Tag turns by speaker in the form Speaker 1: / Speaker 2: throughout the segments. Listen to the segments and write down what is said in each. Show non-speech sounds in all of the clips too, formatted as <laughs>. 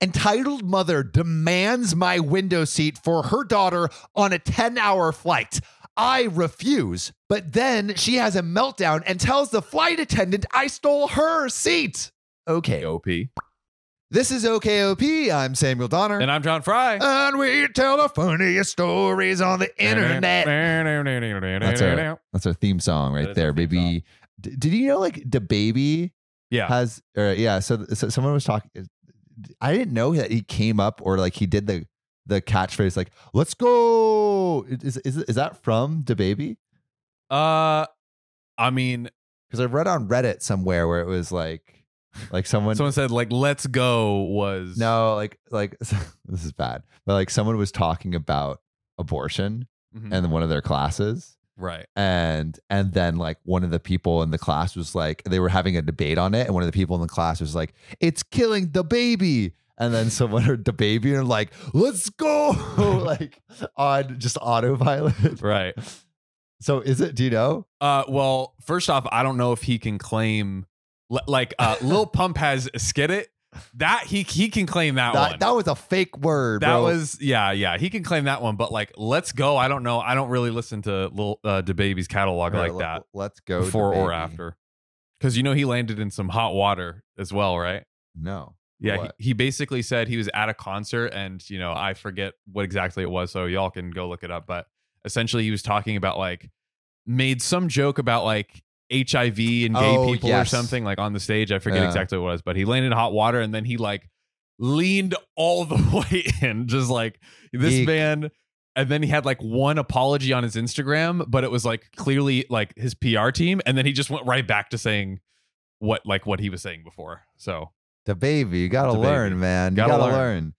Speaker 1: Entitled mother demands my window seat for her daughter on a 10 hour flight. I refuse. But then she has a meltdown and tells the flight attendant I stole her seat. Okay.
Speaker 2: OP.
Speaker 1: This is OKOP. I'm Samuel Donner.
Speaker 2: And I'm John Fry.
Speaker 1: and we tell the funniest stories on the internet.
Speaker 2: That's
Speaker 1: our- That's our theme song right
Speaker 2: That is
Speaker 1: there,
Speaker 2: our theme
Speaker 1: baby. D- did you know like the baby
Speaker 2: Yeah.
Speaker 1: has or yeah? So, so someone was talking. I didn't know that he came up or like he did the the catchphrase like "Let's go." Is is is that from the baby?
Speaker 2: Uh, I mean,
Speaker 1: Because I read on Reddit somewhere where it was like like someone
Speaker 2: someone said like "Let's go"
Speaker 1: <laughs>
Speaker 2: was
Speaker 1: no like like <laughs> this is bad, but like someone was talking about abortion
Speaker 2: Mhm.
Speaker 1: and one of their classes
Speaker 2: right.
Speaker 1: and and then like one of the people in the class was like they were having a debate on it and one of the people in the class was like it's killing the baby and then someone <laughs> heard the baby and like let's go <laughs> like on just autopilot <laughs>
Speaker 2: Right.
Speaker 1: so is it do you know
Speaker 2: Uh, well, first off, I don't know if he can claim li- like
Speaker 1: <laughs>
Speaker 2: uh, Lil Pump has skidit. That he he can claim that, one.
Speaker 1: that, that was a fake word
Speaker 2: That
Speaker 1: bro.
Speaker 2: was yeah, yeah. He can claim that one, but like, let's go. I don't know. I don't really listen to little uh, DeBaby's catalog
Speaker 1: Or,
Speaker 2: like
Speaker 1: "Let-
Speaker 2: that
Speaker 1: let's go
Speaker 2: before or
Speaker 1: DaBaby."
Speaker 2: after, because you know he landed in some hot water as well, right?
Speaker 1: no
Speaker 2: Yeah,
Speaker 1: What?
Speaker 2: he, he basically said he was at a concert, and you know, I forget what exactly it was, so y'all can go look it up. But essentially, he was talking about like made some joke about like HIV and gay
Speaker 1: Oh,
Speaker 2: people
Speaker 1: yes.
Speaker 2: or something like on the stage. I forget
Speaker 1: Yeah.
Speaker 2: exactly what it was, but he landed in hot water, and then he like leaned all the <laughs> way in, just like this
Speaker 1: Eek.
Speaker 2: man. And then he had like one apology on his Instagram, but it was like clearly like his PR team, and then he just went right back to saying what like what he was saying before. So
Speaker 1: the baby you gotta
Speaker 2: The baby.
Speaker 1: learn man
Speaker 2: Gotta
Speaker 1: you gotta learn.
Speaker 2: learn.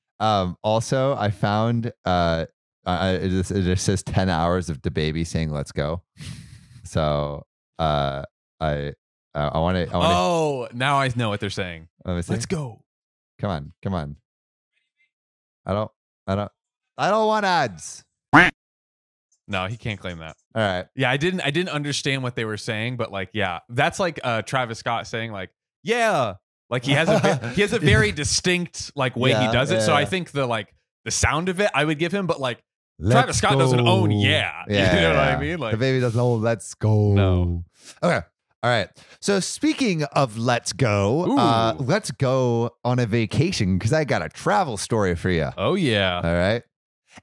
Speaker 1: um also i found uh I, I- it, just, it just says 10 hours of the baby saying let's go so uh i i want to i want to
Speaker 2: Oh, now I know what they're saying.
Speaker 1: let me see
Speaker 2: go.
Speaker 1: come on come on i don't i don't i don't want ads
Speaker 2: No, he can't claim that.
Speaker 1: all right
Speaker 2: Yeah, I didn't I didn't understand what they were saying, but like, yeah. That's like uh Travis Scott saying like, "Yeah." Like he has a ve-
Speaker 1: <laughs>
Speaker 2: he has a very distinct like way
Speaker 1: Yeah,
Speaker 2: he does it.
Speaker 1: yeah,
Speaker 2: so I
Speaker 1: yeah.
Speaker 2: think the like the sound of it I would give him, but like Travis Scott doesn't own yeah. <laughs> You know what I mean? Like-
Speaker 1: the baby doesn't own let's go.
Speaker 2: No.
Speaker 1: Okay. All right. So speaking of let's go,
Speaker 2: Ooh.
Speaker 1: uh, let's go on a vacation because I got a travel story for you.
Speaker 2: "Oh yeah."
Speaker 1: All right.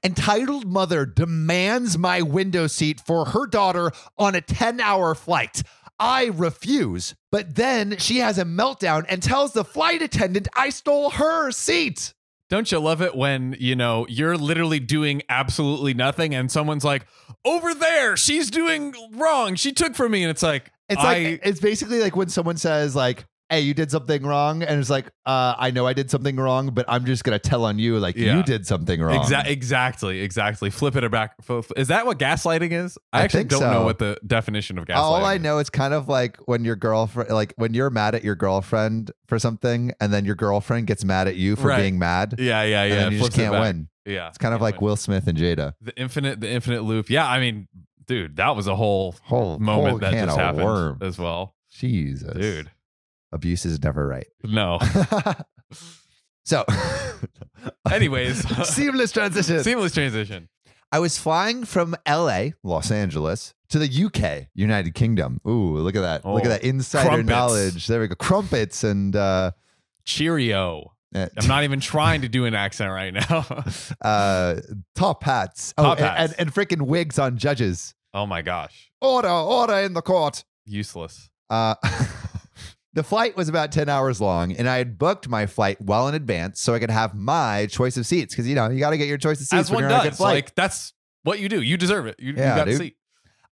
Speaker 1: Entitled mother demands my window seat for her daughter on a 10 hour flight. I refuse, but then she has a meltdown and tells the flight attendant I stole her seat.
Speaker 2: Don't you love it when, you know, you're literally doing absolutely nothing and someone's like, "Over there, she's doing wrong. She took from me." And it's like
Speaker 1: It's
Speaker 2: I-
Speaker 1: like it's basically like when someone says like, "Hey, you did something wrong," and it's like, uh, "I know I did something wrong, but I'm just gonna tell on you like
Speaker 2: Yeah.
Speaker 1: you did something wrong."
Speaker 2: Exa- exactly, exactly. Flip it back. f- f- Is that what gaslighting is? I,
Speaker 1: I
Speaker 2: actually
Speaker 1: think
Speaker 2: don't
Speaker 1: so.
Speaker 2: know what the definition of gaslighting.
Speaker 1: All I
Speaker 2: is.
Speaker 1: know is kind of like when your girlfriend, like when you're mad at your girlfriend for something, and then your girlfriend gets mad at you for
Speaker 2: Right.
Speaker 1: being mad.
Speaker 2: Yeah, yeah,
Speaker 1: and
Speaker 2: yeah.
Speaker 1: then you just
Speaker 2: flips it
Speaker 1: can't
Speaker 2: back.
Speaker 1: win.
Speaker 2: Yeah,
Speaker 1: It's kind of
Speaker 2: can't
Speaker 1: like
Speaker 2: win.
Speaker 1: Will Smith and Jada.
Speaker 2: the infinite, the infinite loop. Yeah, I mean, dude, that was a whole
Speaker 1: Whole
Speaker 2: moment
Speaker 1: whole
Speaker 2: that
Speaker 1: can
Speaker 2: just
Speaker 1: of
Speaker 2: happened
Speaker 1: worm.
Speaker 2: as well,
Speaker 1: Jesus,
Speaker 2: dude.
Speaker 1: abuse is never right. <laughs>
Speaker 2: No.
Speaker 1: so,
Speaker 2: Anyways,
Speaker 1: <laughs> seamless transition.
Speaker 2: seamless transition.
Speaker 1: I was flying from LA, Los Angeles, to the UK, United Kingdom. Ooh, look at that. Look at
Speaker 2: Oh,
Speaker 1: that insider
Speaker 2: crumpets.
Speaker 1: knowledge. There we go. Crumpets and uh,
Speaker 2: Cheerio.
Speaker 1: uh,
Speaker 2: I'm not even trying to do an accent right now. <laughs>
Speaker 1: uh, top hats.
Speaker 2: Top
Speaker 1: and-
Speaker 2: hats.
Speaker 1: And, and freaking wigs on judges.
Speaker 2: oh my gosh,
Speaker 1: Order, order in the court.
Speaker 2: useless.
Speaker 1: Uh, <laughs> the flight was about 10 hours long, and I had booked my flight well in advance so I could have my choice of seats. Because, you know, you got to get your choice of seats
Speaker 2: As
Speaker 1: when
Speaker 2: one
Speaker 1: you're on a good
Speaker 2: does.
Speaker 1: flight.
Speaker 2: Like that's what you do. You deserve it. You,
Speaker 1: Yeah,
Speaker 2: you got
Speaker 1: dude.
Speaker 2: a seat.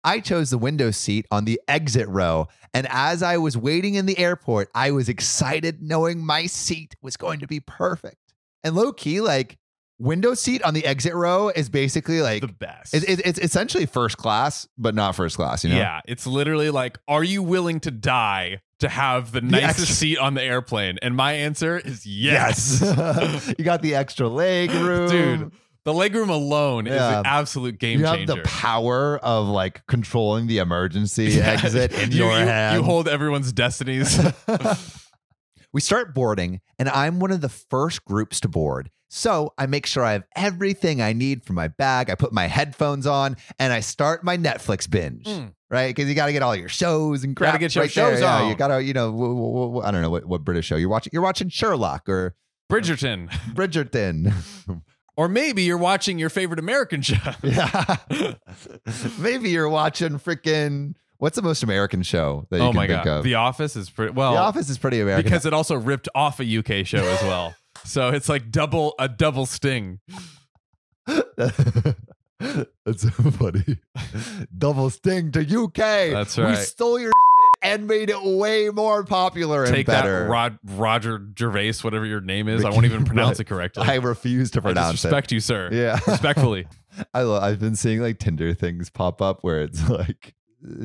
Speaker 1: I chose the window seat on the exit row. And as I was waiting in the airport, I was excited knowing my seat was going to be perfect. And low key, like, window seat on the exit row is basically like,
Speaker 2: The best.
Speaker 1: it, it- it's essentially first class, but not first class, you know?
Speaker 2: Yeah, it's literally like, are you willing to die to have the
Speaker 1: The
Speaker 2: nicest
Speaker 1: extra-
Speaker 2: seat on the airplane? And my answer is yes.
Speaker 1: Yes. <laughs> you got the extra leg room.
Speaker 2: <laughs> Dude, the legroom alone is
Speaker 1: Yeah.
Speaker 2: an absolute game
Speaker 1: you have
Speaker 2: changer.
Speaker 1: the power of like controlling <laughs> the emergency
Speaker 2: <laughs> Yeah.
Speaker 1: exit in
Speaker 2: You-
Speaker 1: your
Speaker 2: you,
Speaker 1: hand. <laughs>
Speaker 2: You hold everyone's destinies.
Speaker 1: We start boarding, and I'm one of the first groups to board. So I make sure I have everything I need for my bag. I put my headphones on and I start my Netflix binge,
Speaker 2: Mm.
Speaker 1: right? Because you got to get all your shows and crap.
Speaker 2: Gotta get your
Speaker 1: right there.
Speaker 2: shows
Speaker 1: Yeah,
Speaker 2: on.
Speaker 1: You got to, you know, w- w- w- I don't know what, what British show you're watching. You're watching Sherlock or
Speaker 2: Bridgerton.
Speaker 1: Bridgerton. <laughs>
Speaker 2: Or maybe you're watching your favorite American show. <laughs>
Speaker 1: yeah. <laughs> Maybe you're watching freaking, what's the most American show that you
Speaker 2: oh
Speaker 1: can
Speaker 2: my
Speaker 1: think
Speaker 2: god.
Speaker 1: of?
Speaker 2: The Oh. Office is pretty
Speaker 1: The
Speaker 2: well
Speaker 1: Office is pretty American.
Speaker 2: because it also ripped off a UK show as
Speaker 1: <laughs>
Speaker 2: well. so it's like double a double sting.
Speaker 1: <laughs> That's so funny. Double sting to UK.
Speaker 2: That's
Speaker 1: We
Speaker 2: right.
Speaker 1: stole your and made it way more popular and
Speaker 2: Take
Speaker 1: better.
Speaker 2: that Rod, Roger Gervais, whatever your name is. I
Speaker 1: <laughs>
Speaker 2: won't even pronounce it correctly.
Speaker 1: I refuse to
Speaker 2: I
Speaker 1: pronounce it.
Speaker 2: disrespect you, sir.
Speaker 1: Yeah.
Speaker 2: Respectfully.
Speaker 1: <laughs> I love, I've been seeing like Tinder things pop up where it's <laughs> like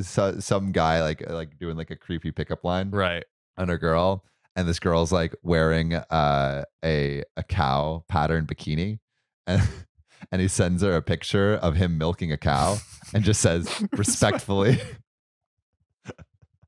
Speaker 1: so, some guy like like doing like a creepy pickup line
Speaker 2: Right.
Speaker 1: on a girl and this girl's like wearing uh, a a cow pattern bikini <laughs> and and he sends her a picture of him milking a cow and just
Speaker 2: <laughs>
Speaker 1: says respectfully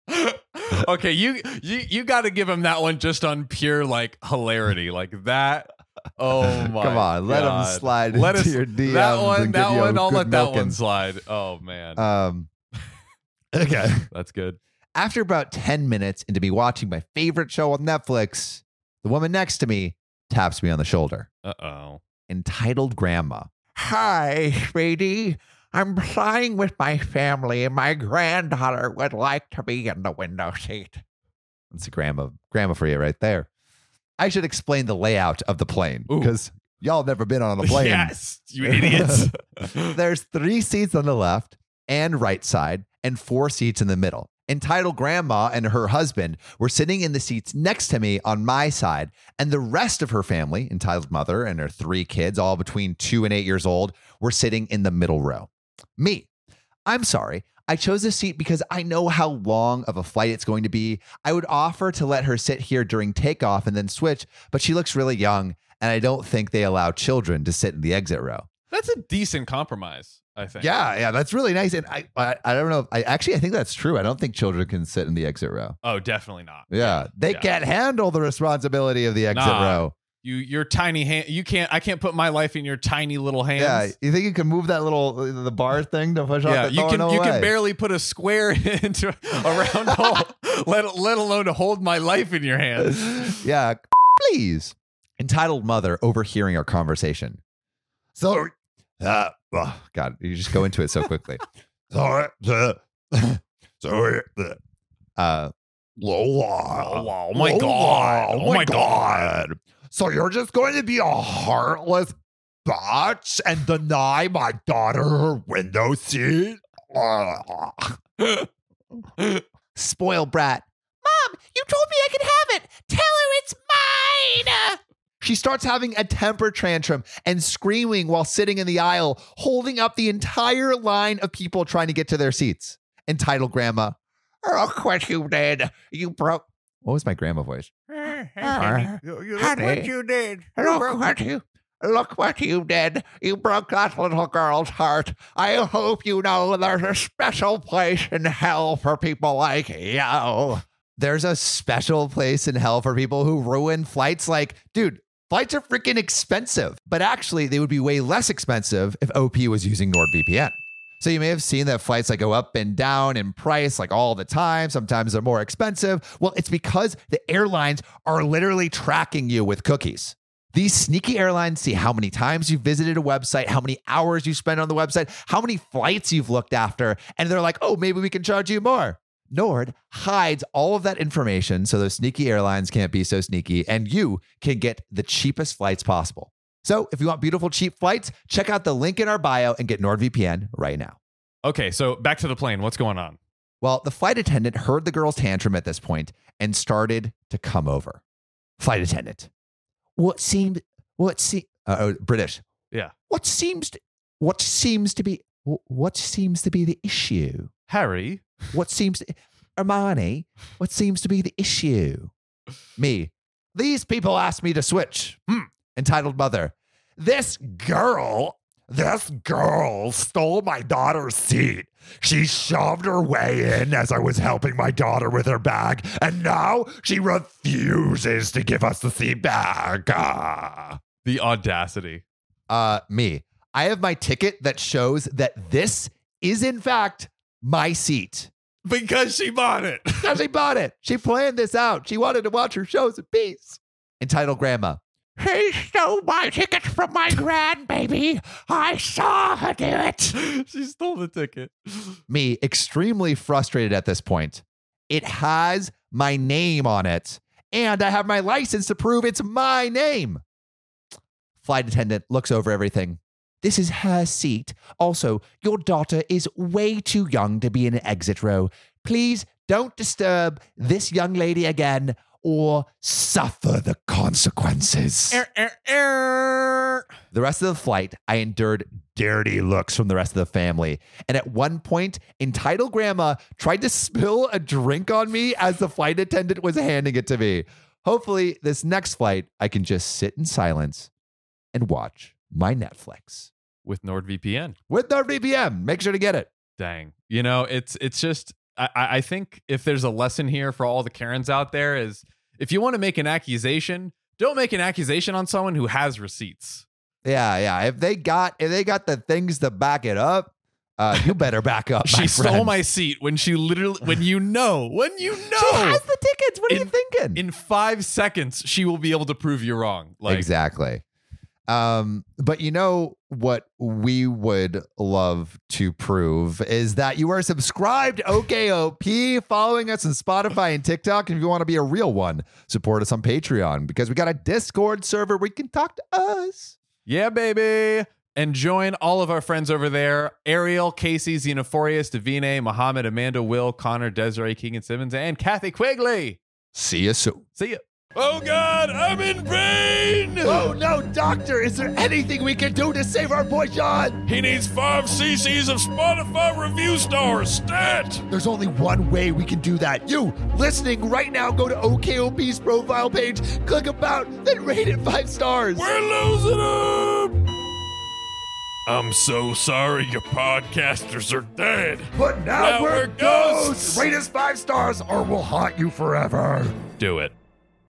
Speaker 2: <laughs> okay, you you you got to give him that one just on pure like hilarity, like that. Oh
Speaker 1: <laughs>
Speaker 2: my!
Speaker 1: Come on, let
Speaker 2: God.
Speaker 1: him slide
Speaker 2: Let
Speaker 1: into
Speaker 2: us-
Speaker 1: your DMs.
Speaker 2: That one,
Speaker 1: and
Speaker 2: that
Speaker 1: give you a
Speaker 2: one. I'll
Speaker 1: good
Speaker 2: let that one
Speaker 1: milking.
Speaker 2: slide. Oh man,
Speaker 1: Um, <laughs> okay.
Speaker 2: that's good.
Speaker 1: After about ten minutes into me watching my favorite show on Netflix, the woman next to me taps me on the shoulder,
Speaker 2: Uh oh.
Speaker 1: entitled Grandma.
Speaker 3: Hi, sweetie. I'm flying with my family, and my granddaughter would like to be in the window seat.
Speaker 1: It's a grandma, grandma for you right there. I should explain the layout of the plane
Speaker 2: Ooh.
Speaker 1: because y'all have never been on a
Speaker 3: <laughs>
Speaker 1: plane.
Speaker 2: Yes,
Speaker 1: <laughs>
Speaker 2: you idiots.
Speaker 1: There's three seats on the left and right side, and four seats in the middle. Entitled Grandma and her husband were sitting in the seats next to me on my side, and the rest of her family, entitled Mother and her three kids, all between two and eight years old, were sitting in the middle row. Me, I'm sorry. I chose this seat because I know how long of a flight it's going to be. I would offer to let her sit here during takeoff and then switch, but she looks really young, and I don't think they allow children to sit in the exit row.
Speaker 2: that's a decent compromise, I think.
Speaker 1: Yeah, yeah, that's really nice. And I, I, I don't know. If, I actually, I think that's true. I don't think children can sit in the exit row.
Speaker 2: Oh, definitely not.
Speaker 1: Yeah, they
Speaker 2: Yeah.
Speaker 1: can't handle the responsibility of the exit
Speaker 2: Nah.
Speaker 1: row.
Speaker 2: You, your tiny hand. You can't. I can't put my life in your tiny little
Speaker 1: Yeah,
Speaker 2: hands.
Speaker 1: you think you can move that little uh, the bar thing to push
Speaker 2: Yeah,
Speaker 1: off the
Speaker 2: you
Speaker 1: door?
Speaker 2: can
Speaker 1: No
Speaker 2: you
Speaker 1: way. <laughs>
Speaker 2: can barely put a square <laughs> into a round hole,
Speaker 1: <laughs>
Speaker 2: let let alone to hold my life in your
Speaker 1: Uh,
Speaker 2: hands.
Speaker 1: yeah, please. Entitled mother overhearing our conversation.
Speaker 3: So,
Speaker 1: Uh, oh, God, you just go into it so
Speaker 2: <laughs>
Speaker 1: quickly.
Speaker 3: so, <laughs> so, so,
Speaker 1: Uh,
Speaker 3: Lola.
Speaker 2: Oh my God. Oh my God.
Speaker 3: So you're just going to be a heartless botch and deny my daughter her window seat? Ah.
Speaker 1: spoiled brat.
Speaker 4: Mom, you told me I could have it. Tell her it's mine.
Speaker 1: She starts having a temper tantrum and screaming while sitting in the aisle, holding up the entire line of people trying to get to their seats. Entitled Grandma.
Speaker 4: Oh,
Speaker 3: Look what you did. You broke.
Speaker 1: What was my grandma voice?
Speaker 3: Ah,
Speaker 4: you, you
Speaker 3: look what
Speaker 4: you did.
Speaker 3: Look what you. Look what you did. You broke that little girl's heart. I hope you know there's a special place in hell for people like you.
Speaker 1: There's a special place in hell for people who ruin flights. Like, dude, flights are freaking expensive, but actually, they would be way less expensive if OP was using NordVPN. So you may have seen that flights like go up and down in price like all the time. Sometimes they're more expensive. Well, it's because the airlines are literally tracking you with cookies. These sneaky airlines see how many times you've visited a website, how many hours you spend on the website, how many flights you've looked after, and they're like, "Oh, maybe we can charge you more." Nord hides all of that information so those sneaky airlines can't be so sneaky and you can get the cheapest flights possible. So, if you want beautiful cheap flights, check out the link in our bio and get NordVPN right now.
Speaker 2: Okay, so back to the plane. What's going on?
Speaker 1: Well, the flight attendant heard the girl's tantrum at this point and started to come over. Flight attendant. What seems what se- uh, oh, British.
Speaker 2: Yeah.
Speaker 1: What seems to, what seems to be wh- what seems to be the issue?
Speaker 2: Harry,
Speaker 1: What seems to, Armani, what seems to be the issue? Me. These people asked me to switch. Hmm. Entitled mother. This girl
Speaker 3: This girl stole my daughter's seat. She shoved her way in as I was helping my daughter with her bag, and now she refuses to give us the seat back. Ah.
Speaker 2: The audacity.
Speaker 1: uh, me. I have my ticket that shows that this is in fact my seat.
Speaker 2: Because she bought it.
Speaker 1: Because she bought it. She planned this out. She wanted to watch her shows in peace. Entitled Grandma.
Speaker 3: She stole my ticket from my grandbaby. I saw her do it.
Speaker 2: she stole the ticket.
Speaker 1: Me, extremely frustrated at this point. It has my name on it, and I have my license to prove it's my name. Flight attendant looks over everything. This is her seat. Also, your daughter is way too young to be in an exit row. Please don't disturb this young lady again or suffer the consequences.
Speaker 2: Er,
Speaker 1: The rest of the flight, I endured dirty looks from the rest of the family. And at one point, entitled grandma tried to spill a drink on me as the flight attendant was handing it to me. Hopefully, this next flight, I can just sit in silence and watch my Netflix
Speaker 2: With NordVPN.
Speaker 1: with NordVPN. Make sure to get it.
Speaker 2: dang you know it's it's just I, I I think if there's a lesson here for all the karens out there is if you want to make an accusation don't make an accusation on someone who has receipts
Speaker 1: Yeah, yeah. If they got if they got the things to back it up, uh, you better back up.
Speaker 2: <laughs> she
Speaker 1: my
Speaker 2: stole
Speaker 1: friend.
Speaker 2: my seat when she literally when you know when you
Speaker 1: She
Speaker 2: know
Speaker 1: has the tickets. What are
Speaker 2: In-
Speaker 1: you thinking?
Speaker 2: in five seconds she will be able to prove you wrong like
Speaker 1: exactly. Um, but you know what we would love to prove is that you are subscribed to OKOP, following us on Spotify and TikTok. And if you want to be a real one, support us on Patreon because we got a Discord server where you can talk to us.
Speaker 2: yeah baby and join all of our friends over there Ariel, Casey, Xenophorius, Davine, Muhammad, Amanda, Will, Connor, Desiree, Keegan Simmons, and Kathy Quigley.
Speaker 1: See you soon.
Speaker 2: See ya. Oh God, I'm in pain.
Speaker 1: Oh, no, doctor, is there anything we can do to save our boy John?
Speaker 2: He needs five cc's of Spotify review stars. Stat.
Speaker 1: There's only one way we can do that. You listening right now, go to OKOP's profile page, click about, then rate it five stars.
Speaker 2: We're losing him. I'm so sorry, your podcasters are dead.
Speaker 3: But now,
Speaker 2: Now we're
Speaker 3: we're ghosts.
Speaker 2: ghosts.
Speaker 3: Rate us five stars or we'll haunt you forever.
Speaker 2: Do it.